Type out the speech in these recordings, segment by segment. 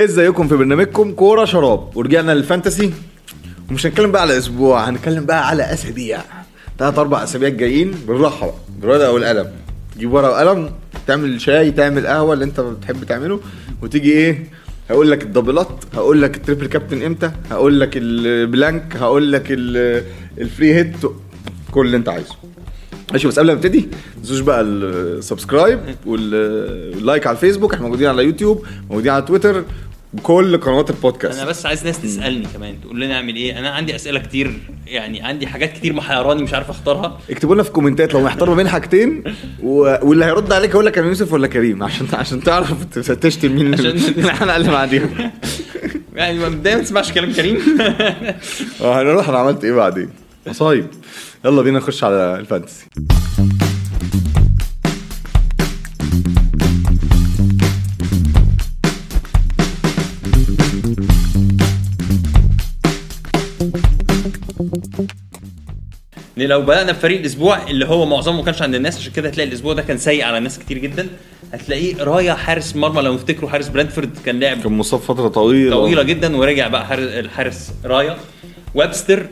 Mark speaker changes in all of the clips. Speaker 1: ازيكم إيه في برنامجكم كوره شراب ورجعنا للفانتسي ومش هنتكلم بقى على اسبوع هنتكلم بقى على اسابيع تلات اربع اسابيع الجايين بالراحه بقى بالورقه والقلم تجيب ورقه وقلم تعمل شاي تعمل قهوه اللي انت بتحب تعمله وتيجي ايه هقول لك الدبلات هقول لك التريبل كابتن امتى هقول لك البلانك هقول لك ال- الفري هيت كل اللي انت عايزه ماشي بس قبل ما نبتدي ما تنسوش بقى السبسكرايب واللايك على الفيسبوك احنا موجودين على يوتيوب موجودين على تويتر بكل قنوات البودكاست
Speaker 2: انا بس عايز ناس تسالني كمان تقول لنا اعمل ايه انا عندي اسئله كتير يعني عندي حاجات كتير محيراني مش عارف اختارها
Speaker 1: اكتبوا لنا في الكومنتات لو محتار ما بين حاجتين و... واللي هيرد عليك هيقول لك كان يوسف ولا كريم عشان عشان تعرف ت- تشتم مين
Speaker 2: عشان-
Speaker 1: الحلقه اللي بعديها
Speaker 2: يعني مبدئيا ما تسمعش كلام كريم
Speaker 1: اه هنروح انا عملت ايه بعدين مصايب يلا بينا نخش على الفانتسي
Speaker 2: لو بدانا بفريق الاسبوع اللي هو معظمه ما كانش عند الناس عشان كده هتلاقي الاسبوع ده كان سيء على ناس كتير جدا هتلاقيه رايا حارس مرمى لو تفتكروا حارس برنتفورد كان لاعب
Speaker 1: كان مصاب فتره طويله
Speaker 2: طويله جدا ورجع بقى حارس الحارس رايا ويبستر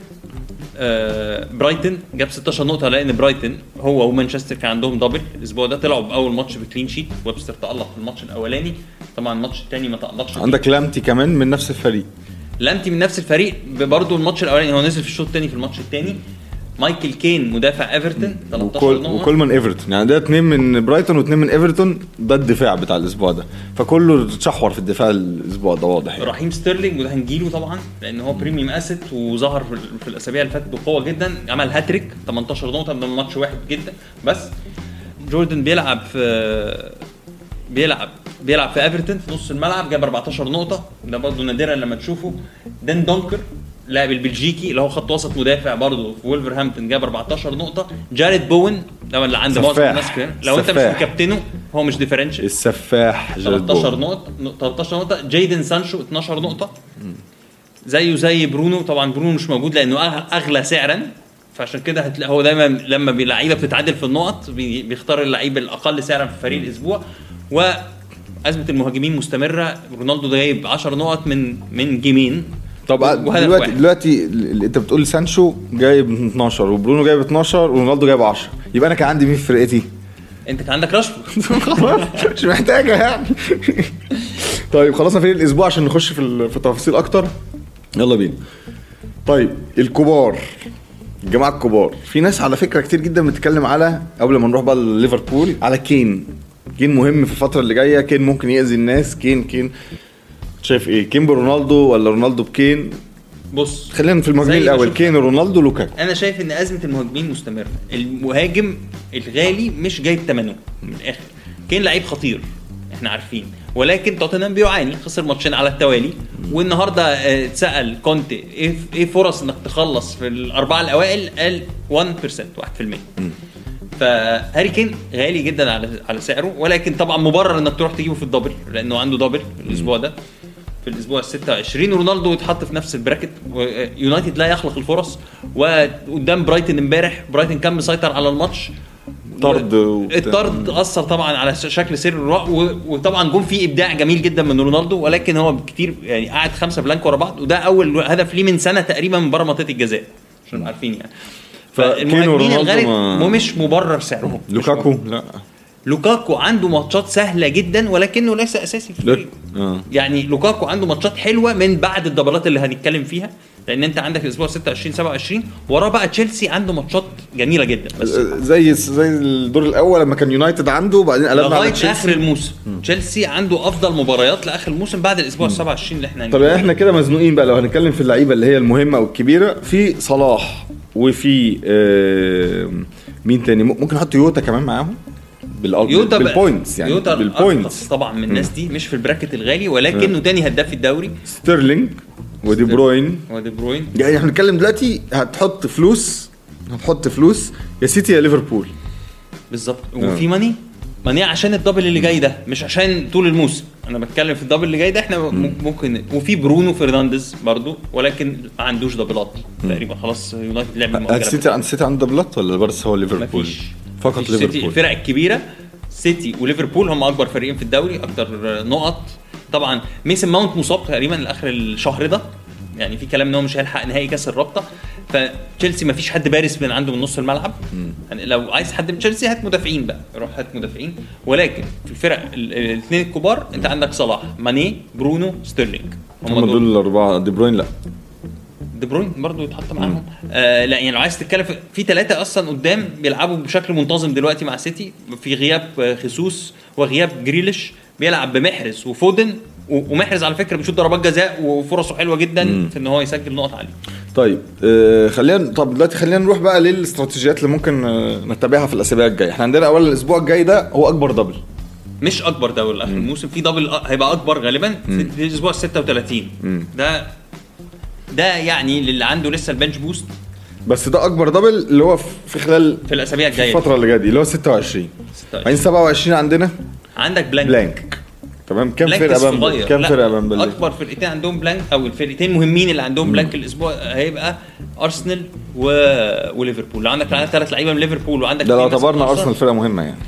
Speaker 2: آه، برايتن جاب 16 نقطة لأن برايتن هو ومانشستر كان عندهم دبل الأسبوع ده طلعوا بأول ماتش بكلين شيت ويبستر تألق في الماتش الأولاني طبعا الماتش الثاني ما تألقش فيه.
Speaker 1: عندك لامتي كمان من نفس الفريق
Speaker 2: لامتي من نفس الفريق برضه الماتش الأولاني هو نزل في الشوط الثاني في الماتش الثاني مايكل كين مدافع ايفرتون 13
Speaker 1: وكل
Speaker 2: نقطة
Speaker 1: وكل من ايفرتون يعني ده اتنين من برايتون واتنين من ايفرتون ده الدفاع بتاع الاسبوع ده فكله اتشحور في الدفاع الاسبوع ده واضح يعني
Speaker 2: رحيم ستيرلينج وده هنجيله طبعا لان هو بريميوم اسيت وظهر في, ال- في الاسابيع اللي فاتت بقوه جدا عمل هاتريك 18 نقطه من ماتش واحد جدا بس جوردن بيلعب في بيلعب بيلعب في ايفرتون في نص الملعب جاب 14 نقطه ده برضه نادرا لما تشوفه دين دونكر لاعب البلجيكي اللي هو خط وسط مدافع برضه في ولفرهامبتون جاب 14 نقطه جاريد بوين ده اللي عند معظم
Speaker 1: سفاح.
Speaker 2: الناس كده. لو انت مش
Speaker 1: سفاح.
Speaker 2: مكابتنه هو مش ديفرنشال
Speaker 1: السفاح جاريد
Speaker 2: 13
Speaker 1: بول.
Speaker 2: نقطة 13 نقطة جايدن سانشو 12 نقطة زيه زي برونو طبعا برونو مش موجود لأنه أغ- أغلى سعرا فعشان كده هتلاقي هو دايما لما اللعيبة بتتعادل في النقط بي- بيختار اللعيب الأقل سعرا في فريق الأسبوع و أزمة المهاجمين مستمرة رونالدو ده جايب 10 نقط من من جيمين
Speaker 1: طب
Speaker 2: وهدف
Speaker 1: دلوقتي
Speaker 2: واحد.
Speaker 1: دلوقتي ال- ال- انت بتقول سانشو جايب 12 وبرونو جايب 12 ورونالدو جايب 10 يبقى انا كان عندي مين في فرقتي؟
Speaker 2: أنت كان عندك راشفورد
Speaker 1: خلاص مش محتاجه يعني طيب خلصنا فريق الاسبوع عشان نخش في ال- في تفاصيل اكتر يلا بينا طيب الكبار الجماعه الكبار في ناس على فكره كتير جدا بتتكلم على قبل ما نروح بقى لليفربول على كين كين مهم في الفتره اللي جايه كين ممكن يأذي الناس كين كين شايف ايه كين برونالدو ولا رونالدو بكين
Speaker 2: بص
Speaker 1: خلينا في المهاجمين
Speaker 2: زي ما
Speaker 1: الاول
Speaker 2: شفت.
Speaker 1: كين رونالدو لوكاكو
Speaker 2: انا شايف ان ازمه المهاجمين مستمره المهاجم الغالي مش جايب ثمنه من الاخر كين لعيب خطير احنا عارفين ولكن توتنهام بيعاني خسر ماتشين على التوالي والنهارده آه، اتسال كونتي ايه ايه فرص انك تخلص في الاربعه الاوائل قال 1% 1% فهاري كين غالي جدا على على سعره ولكن طبعا مبرر انك تروح تجيبه في الدبل لانه عنده دبل الاسبوع ده في الاسبوع ال 26 رونالدو يتحط في نفس البراكت يونايتد لا يخلق الفرص وقدام برايتن امبارح برايتن كان مسيطر على الماتش
Speaker 1: طرد
Speaker 2: و-
Speaker 1: وبتاع.
Speaker 2: الطرد اثر طبعا على ش- شكل سير الرق و- وطبعا جون فيه ابداع جميل جدا من رونالدو ولكن هو كتير يعني قعد خمسه بلانك ورا بعض وده اول هدف ليه من سنه تقريبا من بره منطقه الجزاء عشان نبقى عارفين يعني
Speaker 1: فكينو
Speaker 2: فالمهاجمين
Speaker 1: ورونالدو
Speaker 2: الغالي
Speaker 1: ما-
Speaker 2: مو- مش مبرر سعرهم مش
Speaker 1: لوكاكو لا
Speaker 2: لوكاكو عنده ماتشات سهله جدا ولكنه ليس اساسي في
Speaker 1: لا.
Speaker 2: الفريق
Speaker 1: آه.
Speaker 2: يعني لوكاكو عنده ماتشات حلوه من بعد الدبلات اللي هنتكلم فيها لان انت عندك الاسبوع 26 27 وراه بقى تشيلسي عنده ماتشات جميله جدا بس
Speaker 1: زي زي الدور الاول لما كان يونايتد عنده وبعدين قلبنا على
Speaker 2: لغايه
Speaker 1: تشيلسي
Speaker 2: اخر الموسم تشيلسي عنده افضل مباريات لاخر الموسم بعد الاسبوع 27 اللي احنا
Speaker 1: طب يعني
Speaker 2: هنتكلم
Speaker 1: احنا كده مزنوقين بقى لو هنتكلم في اللعيبه اللي هي المهمه والكبيره في صلاح وفي آه مين تاني مم- ممكن نحط يوتا كمان معاهم بالأل...
Speaker 2: يوتا بقى-
Speaker 1: بالبوينتس يعني
Speaker 2: يوتا
Speaker 1: بالبوينتس
Speaker 2: الأرخص طبعا من الناس دي مش في البراكت الغالي ولكنه تاني هداف في الدوري
Speaker 1: ستيرلينج ودي بروين
Speaker 2: ودي بروين
Speaker 1: يعني احنا بنتكلم دلوقتي هتحط فلوس هتحط فلوس يا سيتي يا ليفربول
Speaker 2: بالظبط وفي ماني ماني عشان الدبل اللي جاي ده مش عشان طول الموسم انا بتكلم في الدبل اللي جاي ده احنا م- ممكن وفي برونو فرنانديز برضو ولكن ما عندوش دبلات تقريبا خلاص يونايتد لعب المؤجلة.
Speaker 1: السيتي آه، عند السيتي عنده دبلات ولا بس هو ليفربول؟
Speaker 2: مفيش
Speaker 1: فقط
Speaker 2: مفيش سيتي
Speaker 1: ليفربول
Speaker 2: الفرق الكبيره سيتي وليفربول هم اكبر فريقين في الدوري اكتر نقط طبعا ميسن ماونت مصاب تقريبا لاخر الشهر ده يعني في كلام ان هو مش هيلحق نهائي كاس الرابطه فتشيلسي ما فيش حد بارز من عنده من نص الملعب يعني لو عايز حد من تشيلسي هات مدافعين بقى روح هات مدافعين ولكن في الفرق الاثنين الكبار انت عندك صلاح ماني برونو ستيرلينج
Speaker 1: هم دول الاربعه دي بروين لا
Speaker 2: دي بروين برضه يتحط معاهم آه لا يعني لو عايز تتكلم في- في ثلاثه اصلا قدام بيلعبوا بشكل منتظم دلوقتي مع سيتي في غياب آه، خيسوس وغياب جريليش بيلعب بمحرز وفودن و- ومحرز على فكره بيشوط ضربات جزاء وفرصه حلوه جدا في ان هو يسجل نقط عاليه
Speaker 1: طيب آه خلينا طب دلوقتي خلينا نروح بقى للاستراتيجيات اللي ممكن آه نتبعها في الاسابيع الجايه احنا عندنا اول الاسبوع الجاي ده هو اكبر دبل
Speaker 2: مش اكبر دوري اخر الموسم في دبل أ- هيبقى اكبر غالبا في في الاسبوع 36 ده ده يعني للي عنده لسه البنش بوست
Speaker 1: بس ده اكبر دبل اللي هو في في خلال
Speaker 2: في الاسابيع
Speaker 1: في
Speaker 2: الجايه دي.
Speaker 1: الفتره اللي جايه دي اللي هو 26
Speaker 2: 26.
Speaker 1: بعدين 27 عندنا
Speaker 2: عندك بلانك
Speaker 1: بلانك تمام كام
Speaker 2: بلانك
Speaker 1: فرقه بقى
Speaker 2: صغير.
Speaker 1: كام
Speaker 2: لا،
Speaker 1: فرقه بقى
Speaker 2: اكبر فرقتين عندهم بلانك او الفرقتين مهمين اللي عندهم بلانك الاسبوع هيبقى ارسنال و... وليفربول لو عندك عندك ثلاث لعيبه من ليفربول وعندك
Speaker 1: ده لو
Speaker 2: اتنين بس من
Speaker 1: اعتبرنا ارسنال فرقه مهمه يعني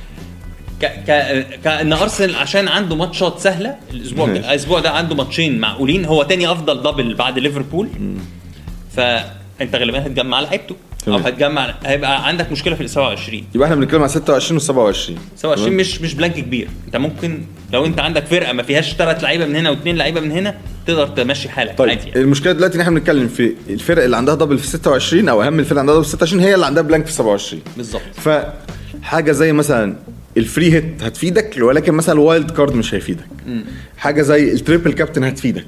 Speaker 2: ك... ك... كان ارسنال عشان عنده ماتشات سهله الاسبوع
Speaker 1: ماشي.
Speaker 2: ده الاسبوع ده عنده ماتشين معقولين هو تاني افضل دبل بعد ليفربول فانت غالبا هتجمع لعيبته او
Speaker 1: تمام.
Speaker 2: هتجمع هيبقى عندك مشكله في ال 27
Speaker 1: يبقى احنا بنتكلم على 26 و27
Speaker 2: 27 مش مش بلانك كبير انت ممكن لو انت عندك فرقه ما فيهاش ثلاث لعيبه من هنا واثنين لعيبه من هنا تقدر تمشي حالك
Speaker 1: طيب
Speaker 2: عادي يعني.
Speaker 1: المشكله دلوقتي ان احنا بنتكلم في الفرق اللي عندها دبل في 26 او اهم الفرق اللي عندها دبل في 26 هي اللي عندها بلانك في 27
Speaker 2: بالظبط
Speaker 1: ف حاجه زي مثلا الفري هيت هتفيدك ولكن مثلا الوايلد كارد مش هيفيدك حاجه زي التريبل كابتن هتفيدك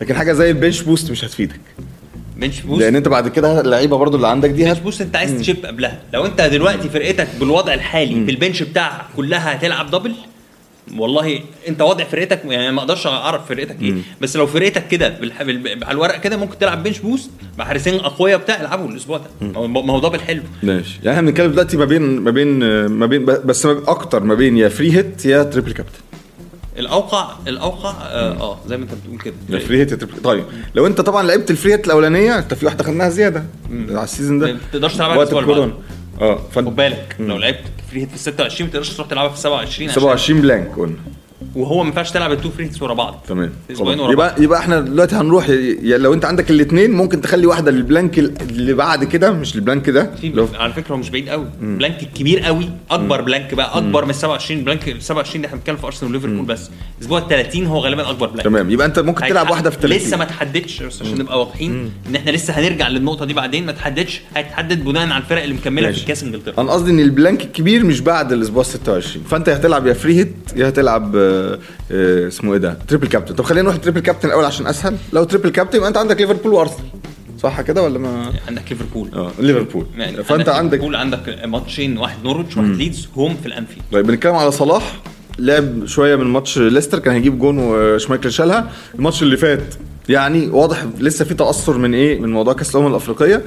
Speaker 1: لكن حاجه زي البنش بوست مش هتفيدك
Speaker 2: بنش بوست
Speaker 1: لان انت بعد كده اللعيبه برضو اللي عندك دي
Speaker 2: بنش
Speaker 1: هت...
Speaker 2: بوست انت عايز تشيب قبلها لو انت دلوقتي فرقتك بالوضع الحالي بالبنش بتاعها كلها هتلعب دبل والله انت وضع فرقتك يعني ما اقدرش اعرف فرقتك ايه بس لو فرقتك كده بالح- بال- على الورق كده ممكن تلعب بنش بوست مع حارسين اقوياء بتاع العبوا الاسبوع ده ما هو- ما هو دبل حلو
Speaker 1: ماشي يعني احنا بنتكلم دلوقتي ما بين ما بين آه، ما بين بس ما بين- اكتر ما بين يا فري هيت يا تريبل كابتن
Speaker 2: الاوقع الاوقع اه, آه زي ما انت بتقول
Speaker 1: يا
Speaker 2: كده
Speaker 1: فري هيت يا تريبل طيب لو انت طبعا لعبت الفري هيت الاولانيه انت في واحده خدناها زياده على السيزون ده
Speaker 2: ما بتقدرش تلعبها
Speaker 1: وقت
Speaker 2: الأسبوع اللي
Speaker 1: الكورونا اه
Speaker 2: خد
Speaker 1: فانت
Speaker 2: بالك لو لعبت فري هيت في 26 ما تقدرش تروح تلعبها في 27 عشان
Speaker 1: 27 بلانك قلنا
Speaker 2: وهو ما ينفعش تلعب التو فري هيتس ورا بعض
Speaker 1: تمام
Speaker 2: في
Speaker 1: خلاص.
Speaker 2: اسبوعين ورا بعض
Speaker 1: يبقى يبقى احنا دلوقتي هنروح ي- لو انت عندك الاثنين ممكن تخلي واحده للبلانك ال- اللي بعد كده مش البلانك ده
Speaker 2: في
Speaker 1: لو
Speaker 2: بل... على فكره هو مش بعيد قوي بلانك كبير قوي اكبر بلانك بقى اكبر من 27 بلانك 27 ده احنا بنتكلم في ارسنال وليفربول بس الاسبوع ال 30 هو غالبا اكبر بلانك
Speaker 1: تمام يبقى انت ممكن تلعب
Speaker 2: هيتحدد-
Speaker 1: واحده في
Speaker 2: لسه
Speaker 1: 30
Speaker 2: ما تحددش بس عشان نبقى واضحين ان احنا لسه هنرجع للنقطه دي بعدين ما تحددش هيتحدد بناء على الفرق اللي مكمله
Speaker 1: ماشي.
Speaker 2: في كاس انجلترا
Speaker 1: انا قصدي ان البلانك الكبير مش بعد الاسبوع 26 فانت يا هتلعب يا فري هيت يا هتلعب آه، آه، اسمه ايه ده تريبل كابتن طب خلينا نروح تريبل كابتن الاول عشان اسهل لو تريبل كابتن يبقى انت عندك ليفربول وارسنال صح كده ولا ما
Speaker 2: عندك ليفربول
Speaker 1: اه ليفربول
Speaker 2: يعني
Speaker 1: فانت عندك
Speaker 2: ليفربول عندك ماتشين واحد نورwich واحد ليدز هوم في الانفيلد
Speaker 1: طيب بنتكلم على صلاح لعب شويه من ماتش ليستر كان هيجيب جون وشمايكل شالها الماتش اللي فات يعني واضح لسه في تاثر من ايه من موضوع كاس الامم الافريقيه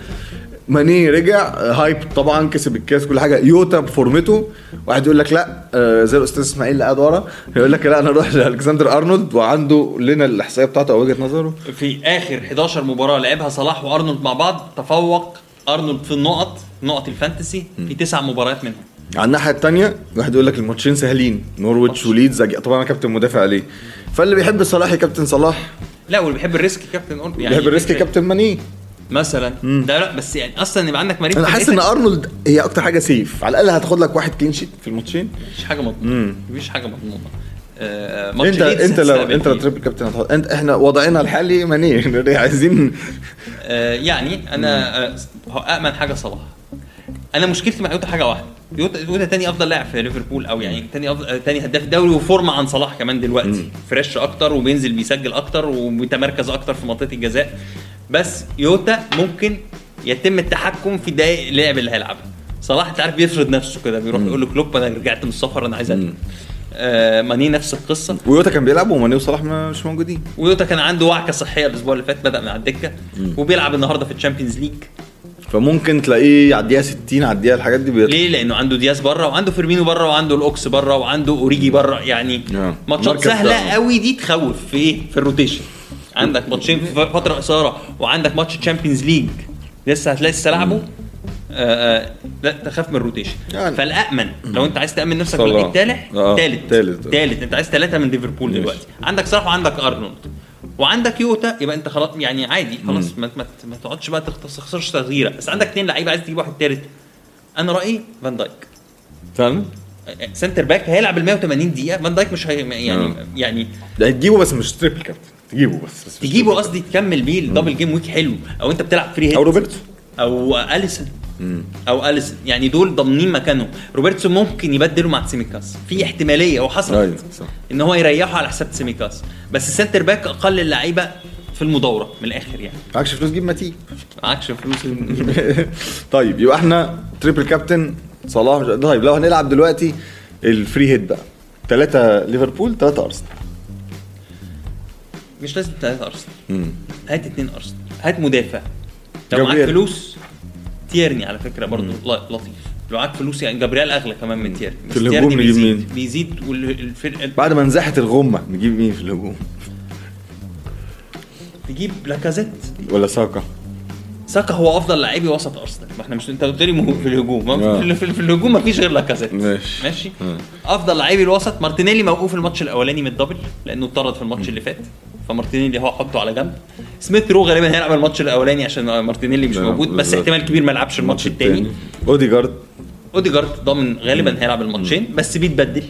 Speaker 1: ماني رجع آه، هايب طبعا كسب الكاس كل حاجه يوتا بفورمته واحد يقول لك لا آه، زي الاستاذ اسماعيل اللي قاعد ورا يقول لك لا انا اروح لالكسندر ارنولد وعنده لنا الاحصائيه بتاعته او وجهه نظره
Speaker 2: في اخر 11 مباراه لعبها صلاح وارنولد مع بعض تفوق ارنولد في النقط نقط الفانتسي في تسع مباريات منهم
Speaker 1: على الناحيه الثانيه واحد يقول لك الماتشين سهلين نورويتش وليدز أج- طبعا انا كابتن مدافع عليه فاللي بيحب صلاح يا كابتن صلاح
Speaker 2: لا واللي بيحب الريسك كابتن اورب
Speaker 1: يعني بيحب الريسك كابتن ماني
Speaker 2: مثلا ده لا بس يعني اصلا يبقى عندك مريض
Speaker 1: انا
Speaker 2: في
Speaker 1: حاسس ان
Speaker 2: فرقتك،
Speaker 1: ارنولد هي اكتر حاجه سيف على الاقل هتاخد لك واحد كلين شيت في الماتشين
Speaker 2: مفيش حاجه مضمونه مفيش حاجه مضمونه آه، ماتش
Speaker 1: انت
Speaker 2: ليدز
Speaker 1: انت لو
Speaker 2: هتستقبل
Speaker 1: انت لو
Speaker 2: إيه؟
Speaker 1: تريبل كابتن هتحط انت احنا وضعنا الحالي ماني يعني عايزين
Speaker 2: آه، يعني انا آه، هو امن حاجه صلاح انا مشكلتي مع يوتا حاجه واحده يوتا يوتا تاني افضل لاعب في ليفربول او يعني تاني أفضل آه، تاني هداف دوري وفورمه عن صلاح كمان دلوقتي فريش اكتر وبينزل بيسجل اكتر وبيتمركز اكتر في منطقه الجزاء بس يوتا ممكن يتم التحكم في دقائق اللعب اللي هيلعبها صلاح انت عارف بيفرض نفسه كده بيروح يقول له كلوب انا رجعت من السفر انا عايز ألعب." آه ماني نفس القصه
Speaker 1: ويوتا كان بيلعب وماني وصلاح ما- مش موجودين
Speaker 2: ويوتا كان عنده وعكه صحيه الاسبوع اللي فات بدا من على الدكه وبيلعب النهارده في الشامبيونز ليج
Speaker 1: فممكن تلاقيه على الدقيقه 60 على الدقيقه الحاجات دي بيطلع
Speaker 2: ليه؟ لانه عنده دياز بره وعنده فيرمينو بره وعنده الاوكس بره وعنده اوريجي بره يعني
Speaker 1: آه.
Speaker 2: ماتشات
Speaker 1: المركز
Speaker 2: سهله
Speaker 1: ده.
Speaker 2: قوي دي تخوف في ايه؟ في الروتيشن عندك ماتشين في فتره قصيره وعندك ماتش تشامبيونز ليج لسه هتلاقي لسه لعبه آه، لا تخاف من الروتيشن
Speaker 1: يعني.
Speaker 2: فالامن لو انت عايز تامن نفسك
Speaker 3: صلاح.
Speaker 2: بالديك تالح
Speaker 3: آه،
Speaker 2: تالت
Speaker 1: تالت.
Speaker 2: تالت انت عايز ثلاثه من ليفربول
Speaker 3: ماشي.
Speaker 2: دلوقتي عندك صلاح وعندك ارنولد وعندك يوتا يبقى انت خلاص يعني عادي خلاص ما, ما, ما تقعدش بقى تخت- تخسرش تغييره بس عندك اثنين لعيبه عايز تجيب واحد ثالث انا رايي فان دايك
Speaker 3: فعلا
Speaker 2: سنتر باك هيلعب ال 180 دقيقه فان دايك مش هي يعني
Speaker 3: آه.
Speaker 2: يعني
Speaker 1: ده هتجيبه بس مش تريبل كابتن تجيبه بس, بس مش
Speaker 2: تجيبه
Speaker 1: triple.
Speaker 2: قصدي تكمل بيه الدبل جيم ويك حلو او انت بتلعب فري هيت
Speaker 1: او روبرتو
Speaker 2: او اليسون او اليسون يعني دول ضامنين مكانهم روبرتسون ممكن يبدله مع تسيميكاس في احتماليه
Speaker 3: أيوة،
Speaker 2: وحصلت
Speaker 3: صح.
Speaker 2: ان هو يريحه على حساب تسيميكاس بس السنتر باك اقل اللعيبه في المدوره من الاخر يعني
Speaker 1: معكش فلوس جيب ماتي
Speaker 2: معكش فلوس
Speaker 1: طيب يبقى احنا تريبل كابتن صلاح طيب لو هنلعب دلوقتي الفري هيت بقى ثلاثة ليفربول ثلاثة أرسنال
Speaker 2: مش لازم ثلاثه ارسنال هات اثنين ارسنال هات مدافع لو معاك
Speaker 1: جابرييل.
Speaker 2: فلوس تيرني على فكره برضه ل- لطيف لو معاك فلوس يعني جابرييل اغلى كمان من تيرني بس
Speaker 1: في الهجوم
Speaker 2: تيرني
Speaker 1: نجيب
Speaker 2: بيزيد-
Speaker 1: مين؟
Speaker 2: بيزيد والفرقه
Speaker 1: بعد ما نزحت الغمة نجيب مين في الهجوم
Speaker 2: تجيب لاكازيت
Speaker 1: ولا ساكا
Speaker 2: ساكا هو افضل لعيبي وسط ارسنال ما احنا مش انت قلت لي مه- في الهجوم ما-
Speaker 3: آه.
Speaker 2: في, في, في الهجوم ما فيش غير لاكازيت
Speaker 3: ماشي.
Speaker 2: ماشي
Speaker 3: آه.
Speaker 2: افضل لعيبي الوسط مارتينيلي موقوف الماتش الاولاني من الدبل لانه اتطرد في الماتش اللي فات فمارتينيلي هو حطه على جنب سميث رو غالبا هيلعب الماتش الاولاني عشان مارتينيلي مش
Speaker 3: آه،
Speaker 2: موجود بس
Speaker 3: بالظبط.
Speaker 2: احتمال كبير ما يلعبش الماتش الثاني
Speaker 1: اوديجارد
Speaker 2: اوديجارد ضامن غالبا هيلعب الماتشين بس بيتبدل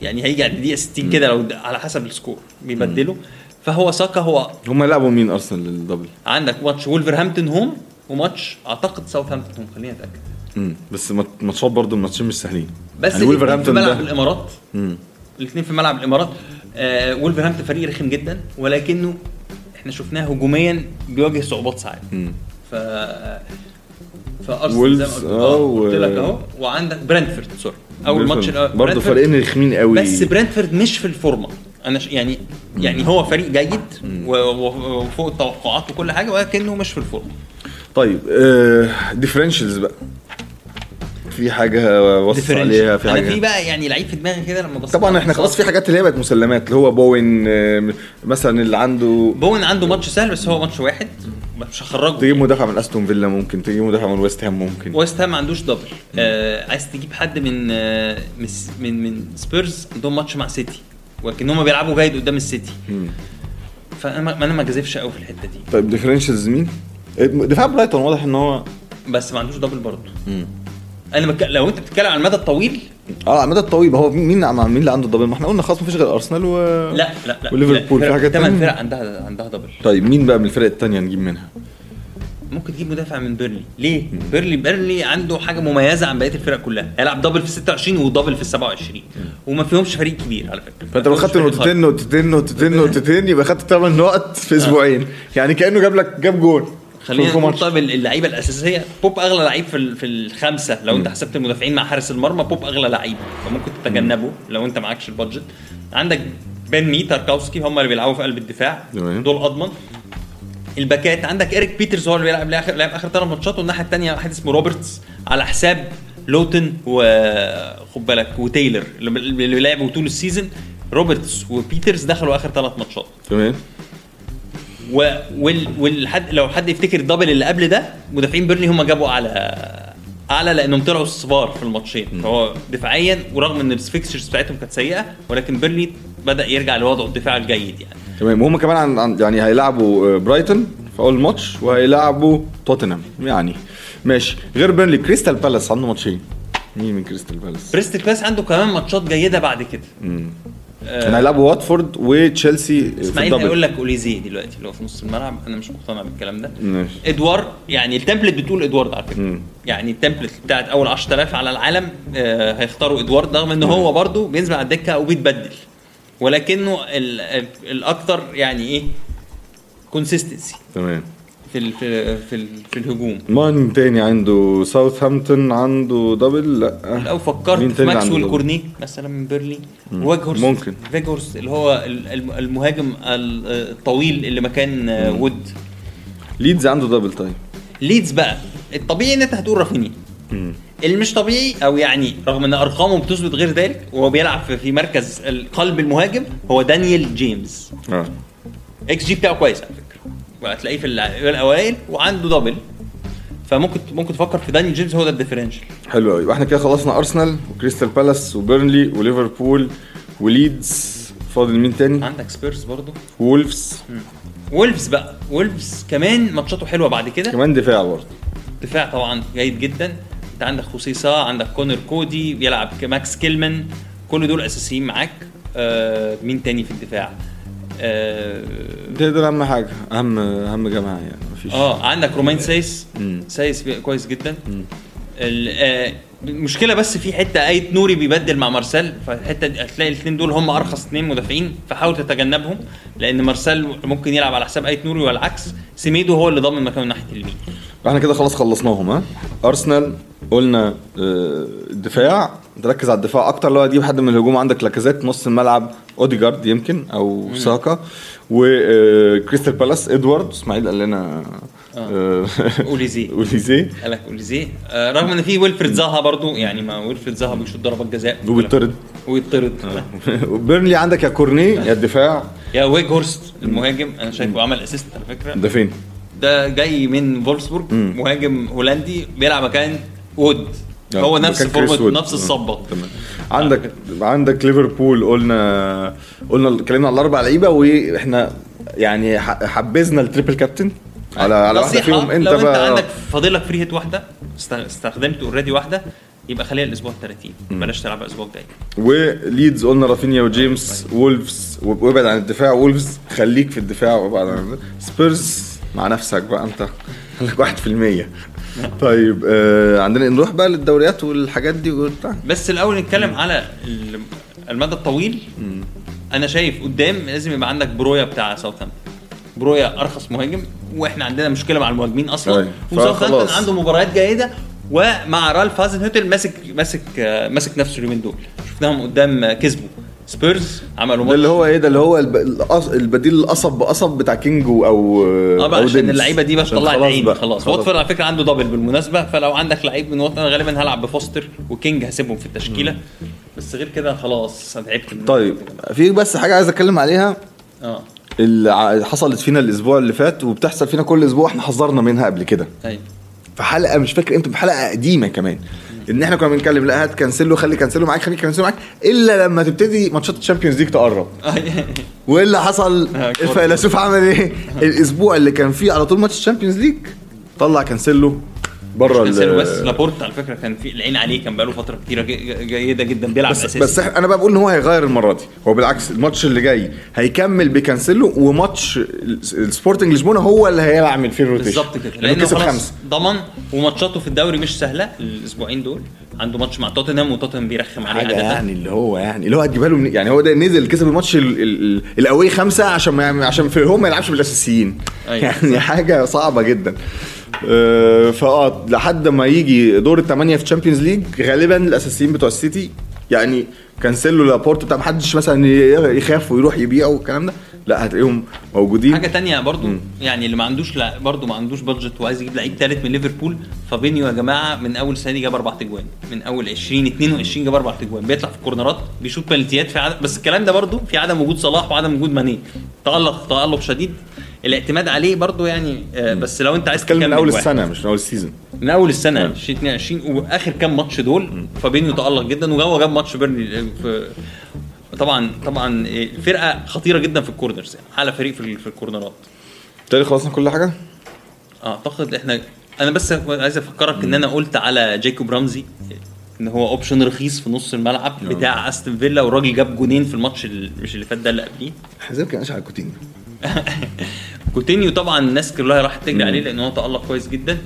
Speaker 2: يعني هيجي على الدقيقه 60 كده لو على حسب السكور بيبدله فهو ساكا هو
Speaker 1: هم لعبوا مين أرسنال للدبل
Speaker 2: عندك ماتش وولفرهامبتون هوم وماتش اعتقد ساوثهامبتون هوم خلينا نتاكد
Speaker 1: مم. بس مات- ماتشات برضه الماتشين مش سهلين
Speaker 2: بس
Speaker 1: يعني
Speaker 2: الاثنين في
Speaker 1: ولفرهامبتون
Speaker 2: ملعب
Speaker 1: ده
Speaker 2: الامارات
Speaker 1: مم.
Speaker 2: الاثنين في ملعب الامارات آه وولفرهامبتون فريق رخم جدا ولكنه احنا شفناه هجوميا بيواجه صعوبات ساعات
Speaker 1: مم.
Speaker 2: ف فارسنال زي ما
Speaker 1: Wolves،
Speaker 2: قلت-
Speaker 1: آه،
Speaker 2: آه، قلت
Speaker 1: و-
Speaker 2: لك اهو وعندك برنتفورد سوري اول ماتش الأول-
Speaker 1: برضه
Speaker 2: برنتفورد.
Speaker 1: فريقين رخمين قوي
Speaker 2: بس برنتفورد مش في الفورمه انا ش... يعني يعني هو فريق جيد و- و- وفوق التوقعات وكل حاجه ولكنه مش في الفورمه
Speaker 1: طيب آه ديفرنشلز بقى في حاجة وصف
Speaker 2: differential.
Speaker 1: عليها في حاجة
Speaker 2: انا في بقى يعني لعيب في دماغي كده لما بص
Speaker 1: طبعا احنا خلاص في حاجات اللي هي بقت مسلمات اللي هو بوين آه، مثلا اللي عنده
Speaker 2: بون عنده ماتش سهل بس هو ماتش واحد مش هخرجه
Speaker 1: تجيب مدافع من استون فيلا ممكن تجيب مدافع من ويست هام ممكن
Speaker 2: ويست هام ما عندوش دبل آه عايز تجيب حد من آه من س- من, من سبيرز عندهم ماتش مع سيتي ولكن هم بيلعبوا جيد قدام السيتي
Speaker 1: مم.
Speaker 2: فانا ما- انا ما جازفش قوي في الحته دي
Speaker 1: طيب ديفرنشلز مين؟ آه، دفاع برايتون واضح ان هو
Speaker 2: بس ما عندوش دبل برضه انا مك... لو انت بتتكلم على المدى الطويل
Speaker 1: اه على المدى الطويل ما هو مين مع مين اللي عنده الدبل ما احنا قلنا خلاص مفيش غير ارسنال و
Speaker 2: لا لا لا
Speaker 1: وليفربول في حاجه
Speaker 2: ثمان فرق
Speaker 1: تانية
Speaker 2: عندها عندها دبل
Speaker 1: طيب مين بقى من الفرق التانية نجيب منها؟
Speaker 2: ممكن تجيب مدافع من بيرلي ليه بيرلي بيرلي عنده حاجه مميزه عن بقيه الفرق كلها هيلعب دبل في 26 ودبل في 27 وما فيهمش فريق كبير على فكره
Speaker 1: فانت لو
Speaker 2: ما فيهمش
Speaker 1: خدت
Speaker 2: فريق
Speaker 1: نقطتين نقطتين نقطتين نقطتين يبقى خدت 8 نقط في اسبوعين يعني كانه جاب لك جاب جول
Speaker 2: خلينا
Speaker 1: في
Speaker 2: نقول
Speaker 1: ماتش.
Speaker 2: طيب اللعيبه الاساسيه بوب اغلى لعيب في ال- في الخمسه لو انت حسبت المدافعين مع حارس المرمى بوب اغلى لعيب فممكن تتجنبه لو انت معكش البادجت عندك بن مي تاركاوسكي هم اللي بيلعبوا في قلب الدفاع
Speaker 1: تمام.
Speaker 2: دول اضمن الباكات عندك اريك بيترز هو اللي بيلعب لعب لعب اخر ثلاث ماتشات والناحيه الثانيه واحد اسمه روبرتس على حساب لوتن و خد بالك وتايلر اللي اللي لعبوا طول السيزون روبرتس وبيترز دخلوا اخر ثلاث ماتشات
Speaker 1: تمام
Speaker 2: و وال والحد لو حد يفتكر الدبل اللي قبل ده مدافعين بيرلي هم جابوا اعلى اعلى لانهم طلعوا الصفار في الماتشين فهو دفاعيا ورغم ان الفيكسشرز بتاعتهم كانت سيئه ولكن بيرلي بدا يرجع لوضعه الدفاعي الجيد يعني
Speaker 1: تمام وهم كمان عن عن- يعني هيلعبوا آه، برايتون في اول ماتش وهيلعبوا توتنهام يعني ماشي غير بيرنلي كريستال بالاس عنده ماتشين مين من كريستال بالاس؟
Speaker 2: بريست كلاس عنده كمان ماتشات جيده بعد كده
Speaker 1: كان هيلعبوا واتفورد وتشيلسي في
Speaker 2: اسماعيل
Speaker 1: الدبل.
Speaker 2: آه. هيقول لك اوليزيه دلوقتي اللي هو في نص الملعب انا مش مقتنع بالكلام ده
Speaker 1: ماشي.
Speaker 2: ادوار يعني التمبلت بتقول ادوارد على فكره
Speaker 1: مم.
Speaker 2: يعني التمبلت بتاعت اول 10000 على العالم آه، هيختاروا ادوارد رغم ان هو برده بينزل على الدكه او بيتبدل ولكنه ال- ال- الاكثر يعني ايه كونسيستنسي
Speaker 1: تمام
Speaker 2: في ال في في, ال في الهجوم
Speaker 1: مين تاني عنده ساوثهامبتون عنده دبل لا
Speaker 2: لو فكرت
Speaker 1: مين
Speaker 2: في
Speaker 1: تاني عنده
Speaker 2: ماكسويل
Speaker 1: دبل؟
Speaker 2: كورني مثلا من بيرلي ويجهورست
Speaker 1: ممكن.
Speaker 2: فيجورست اللي هو ال- الم- المهاجم ال- الطويل اللي مكان آه، وود
Speaker 1: ليدز عنده دبل طيب
Speaker 2: ليدز بقى الطبيعي ان انت هتقول رافينيا اللي مش طبيعي او يعني رغم ان ارقامه بتثبت غير ذلك وهو بيلعب في- في مركز قلب المهاجم هو دانيال جيمس
Speaker 1: اه
Speaker 2: اكس جي بتاعه كويس على فكره وهتلاقيه في الع- الاوائل وعنده دبل ف فممكن ممكن تفكر في داني جيمس هو ده الديفرنشال
Speaker 1: حلو قوي واحنا كده خلصنا ارسنال وكريستال بالاس وبيرنلي وليفربول وليدز فاضل مين تاني؟
Speaker 2: عندك سبيرز برضو
Speaker 1: وولفز
Speaker 2: وولفز بقى وولفز كمان ماتشاته حلوه بعد كده
Speaker 1: كمان دفاع برضه
Speaker 2: دفاع طبعا جيد جدا انت عندك خوسيسا عندك كونر كودي بيلعب ماكس كيلمان كل دول اساسيين معاك آه مين تاني في الدفاع آه,
Speaker 1: ده ده اهم حاجه اهم اهم جماعه يعني مفيش
Speaker 2: اه عندك رومين سايس
Speaker 1: مم.
Speaker 2: سايس بي- كويس جدا ال- آه، المشكله بس في حته ايت نوري بيبدل مع مارسيل فالحته دي هتلاقي الاثنين دول هم ارخص اثنين مدافعين فحاول تتجنبهم لان مارسيل ممكن يلعب على حساب ايت نوري والعكس سيميدو هو اللي ضامن مكانه ناحيه اليمين
Speaker 1: احنا كده خلاص خلصناهم ها ارسنال قلنا آه، الدفاع تركز على الدفاع اكتر لو هتجيب حد من الهجوم عندك لاكازيت نص الملعب اوديجارد يمكن او ساكا وكريستال بالاس ادوارد اسماعيل قال لنا آه،
Speaker 2: أوليزيه.
Speaker 1: اوليزيه
Speaker 2: قال لك اوليزيه آه، رغم ان في ويلفريد زاها برضو يعني ما ويلفريد زاها بيشوط ضربات جزاء
Speaker 1: وبيطرد
Speaker 2: ويطرد
Speaker 1: بيرنلي عندك يا كورني يا الدفاع
Speaker 2: يا ويج هورست المهاجم انا شايفه عمل اسيست على فكره
Speaker 1: ده فين؟
Speaker 2: ده جاي من فولسبورج مهاجم هولندي بيلعب مكان وود هو نفس
Speaker 1: آه، مكان كريس
Speaker 2: فورمة
Speaker 1: وود. آه،
Speaker 2: نفس الصبه
Speaker 1: تمام عندك عندك ليفربول قلنا قلنا اتكلمنا على الاربع لعيبه واحنا يعني ح- حبذنا التريبل كابتن على آه، على واحده
Speaker 2: نصيحة،
Speaker 1: فيهم انت
Speaker 2: لو انت
Speaker 1: بقى
Speaker 2: عندك فاضلك فري هيت واحده است- استخدمت اوريدي واحده يبقى خليها الاسبوع ال 30 بلاش تلعبها الاسبوع الجاي
Speaker 1: وليدز قلنا رافينيا وجيمس وولفز و- وابعد عن الدفاع وولفز خليك في الدفاع وابعد عن سبيرز مع نفسك بقى انت عندك 1% طيب آه عندنا نروح بقى للدوريات والحاجات دي وبتاع
Speaker 2: بس الاول نتكلم على ال- المدى الطويل انا شايف قدام لازم يبقى عندك برويا بتاع ساوثهامبتون برويا ارخص مهاجم واحنا عندنا مشكله مع المهاجمين اصلا
Speaker 1: أيوة.
Speaker 2: وساوثهامبتون
Speaker 1: فخلاص.
Speaker 2: عنده مباريات جيده ومع رالف هازن هوتل ماسك ماسك آه، ماسك نفسه اليومين دول شفناهم قدام آه، كسبوا سبيرز عملوا
Speaker 1: ده اللي
Speaker 2: ماتش
Speaker 1: هو ايه ده اللي هو الب... الأص... البديل القصب بقصب بتاع كينجو او
Speaker 2: اه بقى
Speaker 1: أو
Speaker 2: عشان
Speaker 1: دينيس.
Speaker 2: اللعيبه دي بقى
Speaker 1: عشان
Speaker 2: تطلع العين
Speaker 1: بقى،
Speaker 2: خلاص واتفورد على فكره عنده دبل بالمناسبه فلو عندك لعيب من واتفورد انا غالبا هلعب بفوستر وكينج هسيبهم في التشكيله بس غير كده خلاص انا تعبت من-
Speaker 1: طيب في بس حاجه عايز اتكلم عليها
Speaker 2: اه
Speaker 1: اللي ع- حصلت فينا الاسبوع اللي فات وبتحصل فينا كل اسبوع احنا حذرنا منها قبل كده
Speaker 2: ايوه
Speaker 1: في حلقه مش فاكر امتى في حلقه قديمه كمان ان احنا كنا بنتكلم لا هات كنسله خلي كنسله معاك خلي كنسله معاك الا لما تبتدي ماتشات الشامبيونز ليج تقرب وايه اللي حصل
Speaker 2: آه، كورة.
Speaker 1: الفيلسوف عمل ايه الاسبوع اللي كان فيه على طول ماتش الشامبيونز ليج طلع كنسله بره ال-
Speaker 2: كانسيلو بس لابورت على فكره كان في العين عليه كان بقاله فتره كتيره جي- جيده جدا بيلعب
Speaker 1: بس
Speaker 2: اساسي
Speaker 1: بس إحنا- انا بقى بقول ان هو هيغير المره دي هو بالعكس الماتش اللي جاي هيكمل بكانسيلو وماتش ال- السبورتنج لشبونه هو اللي هيعمل فيه الروتيشن
Speaker 2: بالظبط كده
Speaker 1: لانه
Speaker 2: لانه
Speaker 1: كسب
Speaker 2: خلاص
Speaker 1: خمسه
Speaker 2: ضمن وماتشاته في الدوري مش سهله الاسبوعين دول عنده ماتش مع توتنهام وتوتنهام بيرخم عليه
Speaker 1: حاجه
Speaker 2: عاده
Speaker 1: يعني اللي هو يعني اللي هو هتجيبها له من يعني هو ده نزل كسب الماتش ال- ال- ال- الاوي خمسه عشان ما يعمل- عشان في هو ما يلعبش بالاساسيين
Speaker 2: أيوة.
Speaker 1: يعني حاجه صعبه جدا آه، فاه لحد ما يجي دور الثمانيه في تشامبيونز ليج غالبا الاساسيين بتوع السيتي يعني كانسيلو لابورت بتاع محدش مثلا ي- يخاف ويروح يبيعه والكلام ده لا هتلاقيهم موجودين
Speaker 2: حاجه تانية برضو يعني اللي ما عندوش لا برضو ما عندوش بادجت وعايز يجيب لعيب تالت من ليفربول فابينيو يا جماعه من اول سنه دي جاب اربع تجوان من اول 20 22 جاب اربع تجوان بيطلع في الكورنرات بيشوط بلنتيات في عدم بس الكلام ده برضو في عدم وجود صلاح وعدم وجود ماني تالق تالق شديد الاعتماد عليه برضو يعني آه، بس لو انت عايز
Speaker 1: بتكلم من
Speaker 2: تكمل
Speaker 1: اول
Speaker 2: واحد.
Speaker 1: السنه مش من اول السيزون
Speaker 2: من اول السنه 2022 واخر كام ماتش دول فابينيو تالق جدا وجوه جاب ماتش آه، بيرني في طبعا طبعا الفرقه خطيره جدا في الكورنرز يعني اعلى فريق في ال- في الكورنرات
Speaker 1: تاني خلصنا كل حاجه
Speaker 2: اعتقد احنا انا بس عايز افكرك ان انا قلت على جايكوب رمزي ان هو اوبشن رخيص في نص
Speaker 1: آه.
Speaker 2: الملعب بتاع استون فيلا والراجل جاب جونين في الماتش ال- مش اللي فات ده اللي قبليه
Speaker 1: احنا زي ما كناش على كوتينيو
Speaker 2: كوتينيو طبعا الناس كلها راحت تجري عليه لان هو تالق كويس جدا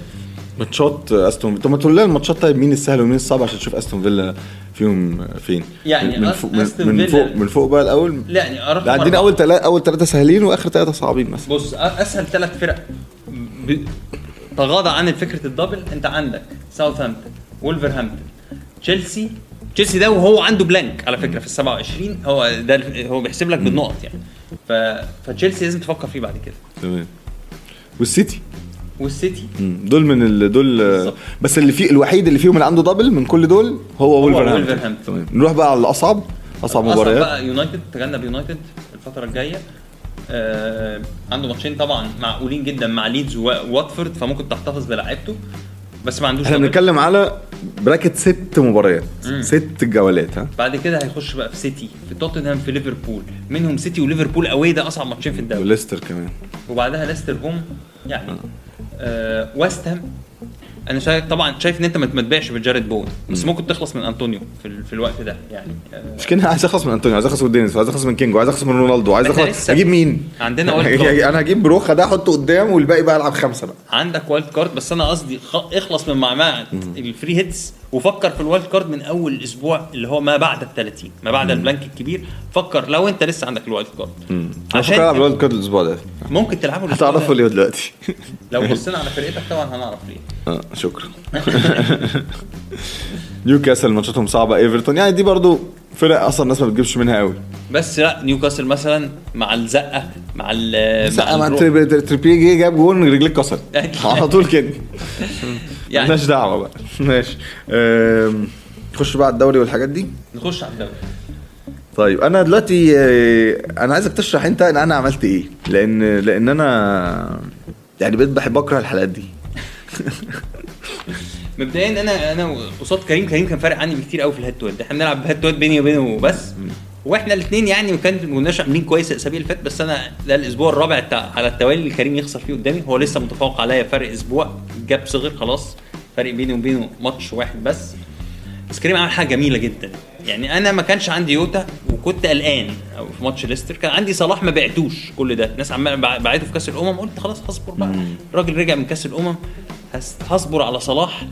Speaker 1: ماتشات استون طب ما تقول لنا الماتشات طيب مين السهل ومين الصعب عشان تشوف استون فيلا فيهم فين
Speaker 2: يعني
Speaker 1: من
Speaker 2: أس-
Speaker 1: فوق من,
Speaker 2: أستون
Speaker 1: من
Speaker 2: فيلا-
Speaker 1: فوق من فوق بقى الاول
Speaker 2: لا يعني رقم
Speaker 1: لا عندنا
Speaker 2: أربعة.
Speaker 1: اول ثلاثه اول ثلاثه سهلين واخر ثلاثه صعبين مثلا
Speaker 2: بص أ- اسهل ثلاث فرق ب... تغاضى عن فكره الدبل انت عندك ساوثهامبتون وولفرهامبتون تشيلسي تشيلسي ده وهو عنده بلانك على فكره في ال 27 هو ده ال- هو بيحسب لك بالنقط يعني ف... فتشيلسي لازم تفكر فيه بعد كده
Speaker 1: تمام والسيتي
Speaker 2: والسيتي
Speaker 1: مم. دول من ال... دول
Speaker 2: بالظبط.
Speaker 1: بس اللي فيه الوحيد اللي فيهم اللي عنده دبل من كل دول هو ولفرهامبتون
Speaker 2: ولفرهامبتون.
Speaker 1: تمام نروح بقى على الاصعب اصعب
Speaker 2: أصعب
Speaker 1: مباريات
Speaker 2: بقى يونايتد تجنب يونايتد الفتره الجايه آه عنده ماتشين طبعا معقولين جدا مع ليدز وواتفورد فممكن تحتفظ بلاعيبته بس ما عندوش
Speaker 1: احنا
Speaker 2: خبرة.
Speaker 1: بنتكلم على براكت ست مباريات ست جولات ها
Speaker 2: بعد كده هيخش بقى في سيتي في توتنهام في ليفربول منهم سيتي وليفربول اوي ده اصعب ماتشين في الدوري
Speaker 1: وليستر كمان
Speaker 2: وبعدها ليستر هوم يعني آه ويست هام انا شايف طبعا شايف ان انت ما ما تبيعش بجارد بون بس ممكن تخلص من انطونيو في, ال- في الوقت ده يعني آه
Speaker 1: مش كده عايز اخلص من انطونيو عايز اخلص من دينيس عايز اخلص من كينجو عايز اخلص من رونالدو عايز
Speaker 2: إحنا
Speaker 1: اخلص
Speaker 2: لسه
Speaker 1: اجيب مين
Speaker 2: عندنا وايلد
Speaker 1: هجي-
Speaker 2: كارد.
Speaker 1: انا هجيب بروخا ده احطه قدام والباقي بقى العب خمسه بقى
Speaker 2: عندك وايلد كارد بس انا قصدي خ- اخلص من معمعة الفري هيتس وفكر في الوايلد كارد من اول الاسبوع اللي هو ما بعد ال 30 ما بعد البلانك الكبير فكر لو انت لسه عندك الوايلد كارد
Speaker 1: عشان العب
Speaker 2: عشان
Speaker 1: الوالد كارد الاسبوع ده
Speaker 2: ممكن تلعبه الأسبوع ده.
Speaker 1: هتعرفوا ليه دلوقتي
Speaker 2: لو بصينا على فرقتك طبعا هنعرف ليه
Speaker 1: اه شكرا نيوكاسل ماتشاتهم صعبه ايفرتون يعني دي برضو فرق اصلا الناس ما بتجيبش منها قوي
Speaker 2: بس لا نيوكاسل مثلا مع الزقه مع ال
Speaker 1: سقا مع
Speaker 2: الروح.
Speaker 1: تريب- تريبيه جه جاب جون رجليك كسرت على طول كده
Speaker 2: يعني-
Speaker 1: مالناش دعوه بقى ماشي أم، نخش بقى على الدوري والحاجات دي
Speaker 2: نخش على الدوري
Speaker 1: طيب انا دلوقتي آه، انا عايزك تشرح انت إن انا عملت ايه لان لان انا يعني بقيت بحب اكره الحلقات دي
Speaker 2: مبدئيا انا انا قصاد كريم كريم كان فارق عني بكتير قوي في الهيد تو هيد احنا بنلعب هيد تو هيد بيني وبينه بس واحنا الاثنين يعني وكان ما كناش عاملين كويس الاسابيع اللي فاتت بس انا ده الاسبوع الرابع بتاع على التوالي اللي كريم يخسر فيه قدامي هو لسه متفوق عليا فرق اسبوع جاب صغير خلاص فرق بيني وبينه ماتش واحد بس بس كريم عمل حاجه جميله جدا يعني انا ما كانش عندي يوتا وكنت قلقان او في ماتش ليستر كان عندي صلاح ما بعتوش كل ده الناس عماله بع- بعته في كاس الامم قلت خلاص هصبر بقى الراجل رجع من كاس الامم هس- هصبر على صلاح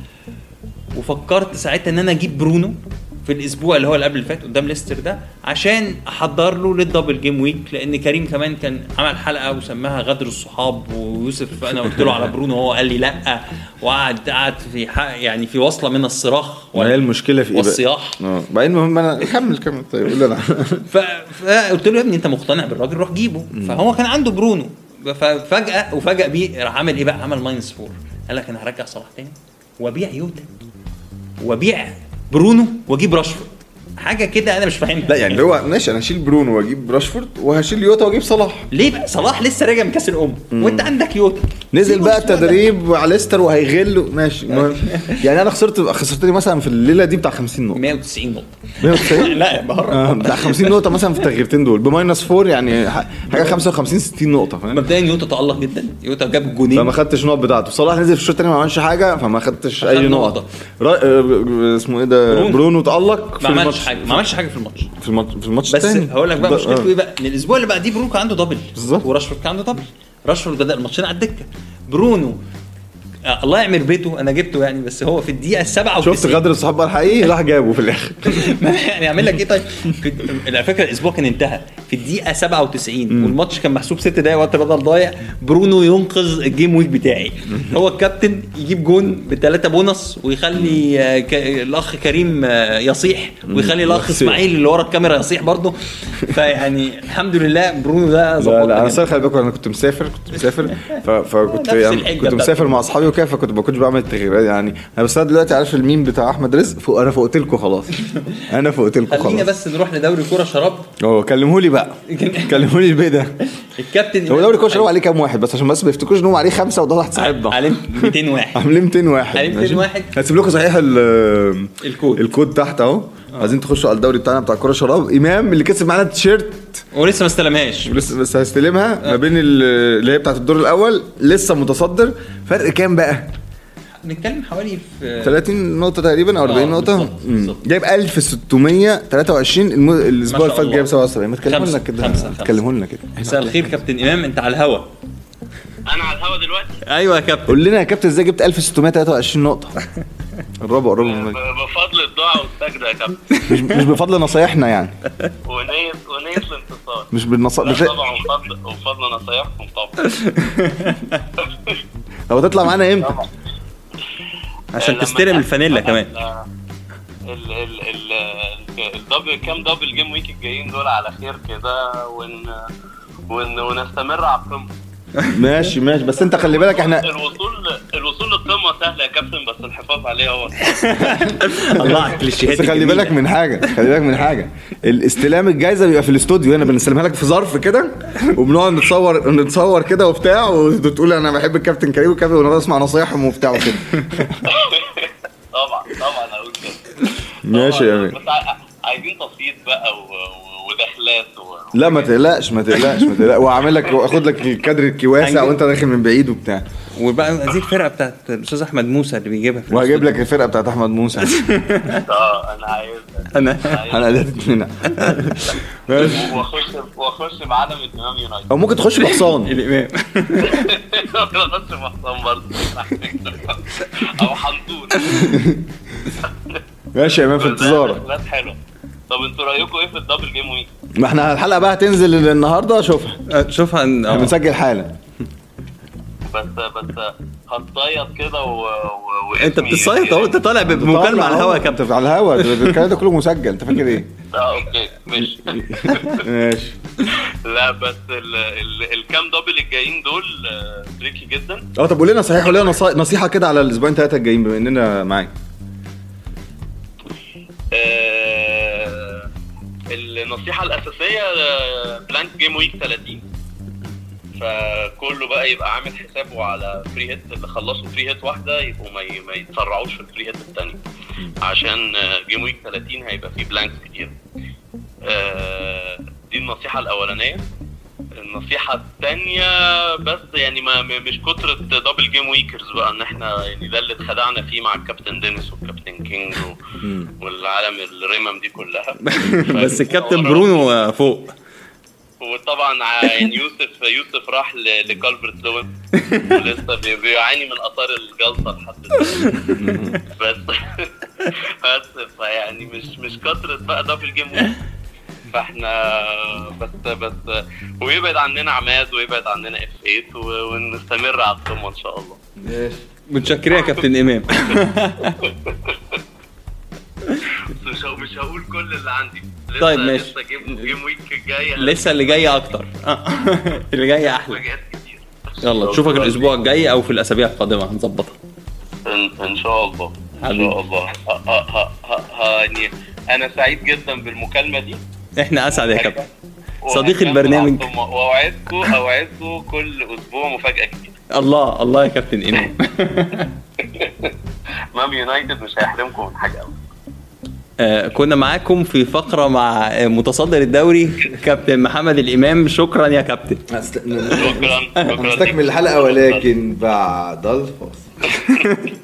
Speaker 2: وفكرت ساعتها ان انا اجيب برونو في الاسبوع اللي هو اللي قبل اللي فات قدام ليستر ده عشان احضر له للدبل جيم ويك لان كريم كمان كان عمل حلقه وسماها غدر الصحاب ويوسف انا قلت له على برونو وهو قال لي لا وقعد قعد في حق يعني في وصله من الصراخ
Speaker 1: ما هي المشكله في ايه بقى؟
Speaker 2: والصياح.
Speaker 1: اه بعدين المهم انا كمل كمل طيب قول انا
Speaker 2: ف- فقلت له يا ابني انت مقتنع بالراجل روح جيبه فهو كان عنده برونو ففجاه وفجأ بيه راح عامل ايه بقى عمل ماينس فور قال لك انا هرجع صلاح تاني وابيع يوتا وابيع برونو واجيب راشفورد حاجه كده انا مش فاهمها
Speaker 1: لا يعني اللي هو ماشي انا هشيل برونو واجيب راشفورد وهشيل يوتا واجيب صلاح
Speaker 2: ليه بقى صلاح لسه راجع من كاس الامم وانت عندك يوتا
Speaker 1: نزل
Speaker 2: سيبه
Speaker 1: بقى
Speaker 2: الأسبوع ده.
Speaker 1: التدريب على ليستر وهيغل ماشي المهم يعني انا خسرت خسرت لي مثلا في الليله دي بتاع 50 نقطه
Speaker 2: 190 نقطه
Speaker 1: 190
Speaker 2: لا يا بهرب.
Speaker 1: آه، بتاع 50 نقطه مثلا في التغييرتين دول بماينس 4 يعني ح- حاجه 55 60 نقطه فاهم
Speaker 2: مبدئيا يوتا تالق جدا يوتا جاب الجونين
Speaker 1: فما خدتش نقط بتاعته صلاح نزل في الشوط الثاني ما عملش حاجه فما خدتش
Speaker 2: أخد
Speaker 1: اي
Speaker 2: نقطة.
Speaker 1: نقط را- آه، اسمه ايه ده
Speaker 2: برونو.
Speaker 1: برونو اتالق في
Speaker 2: ما عملش
Speaker 1: الماتش
Speaker 2: حاجه ما عملش حاجه في الماتش
Speaker 1: في الماتش في الماتش
Speaker 2: بس
Speaker 1: الثاني
Speaker 2: هقول لك بقى مشكلته ايه بقى ان الاسبوع اللي بعديه برونو كان عنده دبل
Speaker 1: آه. بالظبط.
Speaker 2: وراشفورد كان عنده دبل راشفورد بدا الماتشين على الدكه برونو آه الله يعمل بيته انا جبته يعني بس هو في الدقيقه 97
Speaker 1: آه. شفت غدر الصحاب بقى الحقيقي راح جابه في الاخر
Speaker 2: يعني يعمل لك ايه طيب في- على فكره الاسبوع كان انتهى في الدقيقه 97 والماتش كان محسوب ست دقايق وقت بدل ضايع برونو ينقذ الجيم ويك بتاعي هو الكابتن يجيب جون بثلاثه بونص ويخلي آه، ك- الاخ كريم آه، يصيح ويخلي الاخ
Speaker 1: يصيح.
Speaker 2: اسماعيل اللي ورا الكاميرا يصيح برضه فيعني الحمد لله برونو ده
Speaker 1: لا
Speaker 2: ظبطنا
Speaker 1: لا انا
Speaker 2: جداً.
Speaker 1: صار خلي بالكم انا كنت مسافر كنت مسافر ف... فكنت
Speaker 2: نفس الحجة
Speaker 1: يعني كنت
Speaker 2: بتاعتك.
Speaker 1: مسافر مع اصحابي وكده فكنت ما كنتش بعمل التغييرات يعني انا بس أنا دلوقتي عارف الميم بتاع احمد رزق فوق انا فوقت لكم خلاص انا فوقت لكم
Speaker 2: خلينا
Speaker 1: خلاص
Speaker 2: بس نروح لدوري كوره شراب
Speaker 1: اه كلمهولي بقى كلمهولي البيه ده
Speaker 2: الكابتن
Speaker 1: هو دوري كوره شباب عليه كام واحد بس عشان بس ما يفتكروش ان هم عليه خمسه وده واحد صاحبنا
Speaker 2: عليه 200 واحد
Speaker 1: عاملين 200 واحد
Speaker 2: عليه 200
Speaker 1: ماشي؟
Speaker 2: واحد.
Speaker 1: هسيب لكم صحيح ال-
Speaker 2: الكود. آه.
Speaker 1: الكود تحت اهو عايزين تخشوا على الدوري بتاعنا بتاع كوره شراب امام اللي كسب معانا التيشيرت
Speaker 2: ولسه ما استلمهاش
Speaker 1: لسه بس هستلمها
Speaker 2: آه.
Speaker 1: ما بين ال- اللي هي بتاعت الدور الاول لسه متصدر فرق كام بقى؟
Speaker 2: بنتكلم حوالي في
Speaker 1: 30 نقطة تقريبا او 40 نقطة
Speaker 2: آه، بالظبط،
Speaker 1: مم.
Speaker 2: بالظبط.
Speaker 1: جايب 1623 الم- الاسبوع اللي فات
Speaker 2: ما شاء الله.
Speaker 1: جايب 77 ما تكلموا لنا
Speaker 2: خمسة،
Speaker 1: كده
Speaker 2: خمسة، خمسة.
Speaker 1: تكلموا لنا كده
Speaker 2: مساء الخير كابتن امام انت على الهوا
Speaker 3: انا على الهوا دلوقتي
Speaker 2: ايوه يا كابتن
Speaker 1: قول لنا يا كابتن ازاي جبت 1623 نقطة الرابع قرب من المايك.
Speaker 3: ب- بفضل الدعاء والسجده يا كابتن
Speaker 1: مش مش بفضل نصايحنا يعني
Speaker 3: ونيه ونيه الانتصار
Speaker 1: مش بالنصائح
Speaker 3: لا
Speaker 1: مش
Speaker 3: طبعا وبفضل وبفضل نصايحكم طبعا
Speaker 1: هو تطلع معانا امتى؟
Speaker 3: طبعا
Speaker 2: عشان
Speaker 3: لما
Speaker 2: تستلم
Speaker 3: ال-
Speaker 2: الفانيلا كمان
Speaker 3: ال- ال ال ال الدبل كام دبل جيم ويك الجايين دول على خير كده ون ون ونستمر على القمه
Speaker 1: ماشي ماشي بس انت خلي بالك احنا
Speaker 3: الوصول الوصول القمه سهله يا كابتن بس الحفاظ عليها هو
Speaker 2: الله على الكليشيهات
Speaker 1: بس خلي
Speaker 2: الجميلة.
Speaker 1: بالك من حاجه خلي بالك من حاجه الاستلام الجايزه بيبقى في الاستوديو هنا بنستلمها لك في ظرف كده وبنقعد نتصور نتصور كده وبتاع وتقول انا بحب الكابتن كريم والكابتن وانا بسمع نصايحهم وبتاع وكده
Speaker 3: طبعا طبعا اقول كده
Speaker 1: ماشي يعني. يا مان.
Speaker 3: طبعاً. آه، بس ع- عايزين تصيد بقى و- و- ودخلات و...
Speaker 1: لا ما تقلقش ما تقلقش ما تقلقش واعمل لك واخد لك الكادر الكواسع وانت داخل من بعيد وبتاع
Speaker 2: وبقى دي الفرقه بتاعت الاستاذ احمد موسى اللي بيجيبها في
Speaker 1: وهجيب
Speaker 2: الاستوديو.
Speaker 1: لك الفرقه بتاعت احمد موسى
Speaker 3: اه انا عايز
Speaker 2: انا
Speaker 1: انا قلقت منها ماشي
Speaker 3: واخش واخش بعدم الامام يونايتد
Speaker 1: او ممكن تخش بحصان
Speaker 2: الامام
Speaker 3: اخش محصن برضه او حنطور
Speaker 1: ماشي يا مان في انتظارك
Speaker 3: بس حلو طب انتوا رايكم ايه في الدبل جيم ويك؟
Speaker 1: ما احنا الحلقه بقى هتنزل النهارده شوفها
Speaker 2: شوفها ان
Speaker 1: احنا
Speaker 2: آه.
Speaker 1: بنسجل حالا
Speaker 3: بس بس هتصيط كده و... و... واسمي- يعني.
Speaker 2: انت بتصيط اهو انت طالع بمكالمه على الهوا يا كابتن
Speaker 1: كابتن على الهوا الكلام ده كله مسجل انت فاكر ايه؟
Speaker 3: اه اوكي ماشي
Speaker 1: ماشي
Speaker 3: لا بس ال... ال... الكام دبل الجايين دول آه، تريكي جدا
Speaker 1: اه طب قول لنا صحيح قول لنا نصي- نصيحه كده على الاسبوعين ثلاثه الجايين بما اننا معاك
Speaker 3: آه، النصيحه الاساسيه بلانك جيم ويك 30 فكله بقى يبقى عامل حسابه على فري هيت اللي خلصوا فري هيت واحده يبقوا ما, ي... ما يتسرعوش في الفري هيت الثانيه عشان آه، جيم ويك 30 هيبقى فيه بلانكس كتير آه، دي النصيحه الاولانيه النصيحه الثانيه بس يعني ما ما- مش كتره دبل جيم ويكرز بقى ان احنا يعني ده اللي اتخدعنا فيه مع الكابتن دينيس والكابتن كينج و... والعالم الرمم دي كلها
Speaker 2: بس الكابتن برونو آه، فوق
Speaker 3: وطبعا ع- يعني يوسف يوسف راح ل- لكالفرت لوين ولسه بي- بيعاني من اثار الجلطه لحد دلوقتي بس بس فيعني مش مش كثره بقى دبل جيم ويك. فاحنا بس بس ويبعد عننا عماد ويبعد عننا اف 8 و- ونستمر على القمه ان شاء الله
Speaker 2: متشكرين يا كابتن امام
Speaker 3: مش ه- مش هقول كل اللي عندي لسه
Speaker 2: طيب، ماشي.
Speaker 3: لسه جيم جيم ويك الجاي
Speaker 2: لسه اللي جايه اكتر آه. اللي جايه احلى
Speaker 3: مفاجآت كتير
Speaker 2: يلا نشوفك الاسبوع الجاي او في الاسابيع القادمه هنظبطها
Speaker 3: ان إن شاء الله ان
Speaker 2: حبيبي.
Speaker 3: شاء الله ه- ه- ه- ه- ه- يعني انا سعيد جدا بالمكالمه دي
Speaker 2: احنا اسعد يا كابتن
Speaker 3: وهكمل
Speaker 2: صديق البرنامج.
Speaker 3: على الطم- واوعدكم اوعدكم كل اسبوع مفاجاه جديده
Speaker 2: الله الله يا كابتن امام
Speaker 3: مام يونايتد مش هيحرمكم من حاجه قوي
Speaker 2: آه، كنا معاكم في فقره مع آه، متصدر الدوري كابتن محمد الامام شكرا يا كابتن
Speaker 3: شكرا شكرا
Speaker 1: إيه؟ هنستكمل الحلقه ولكن بعد الفاصل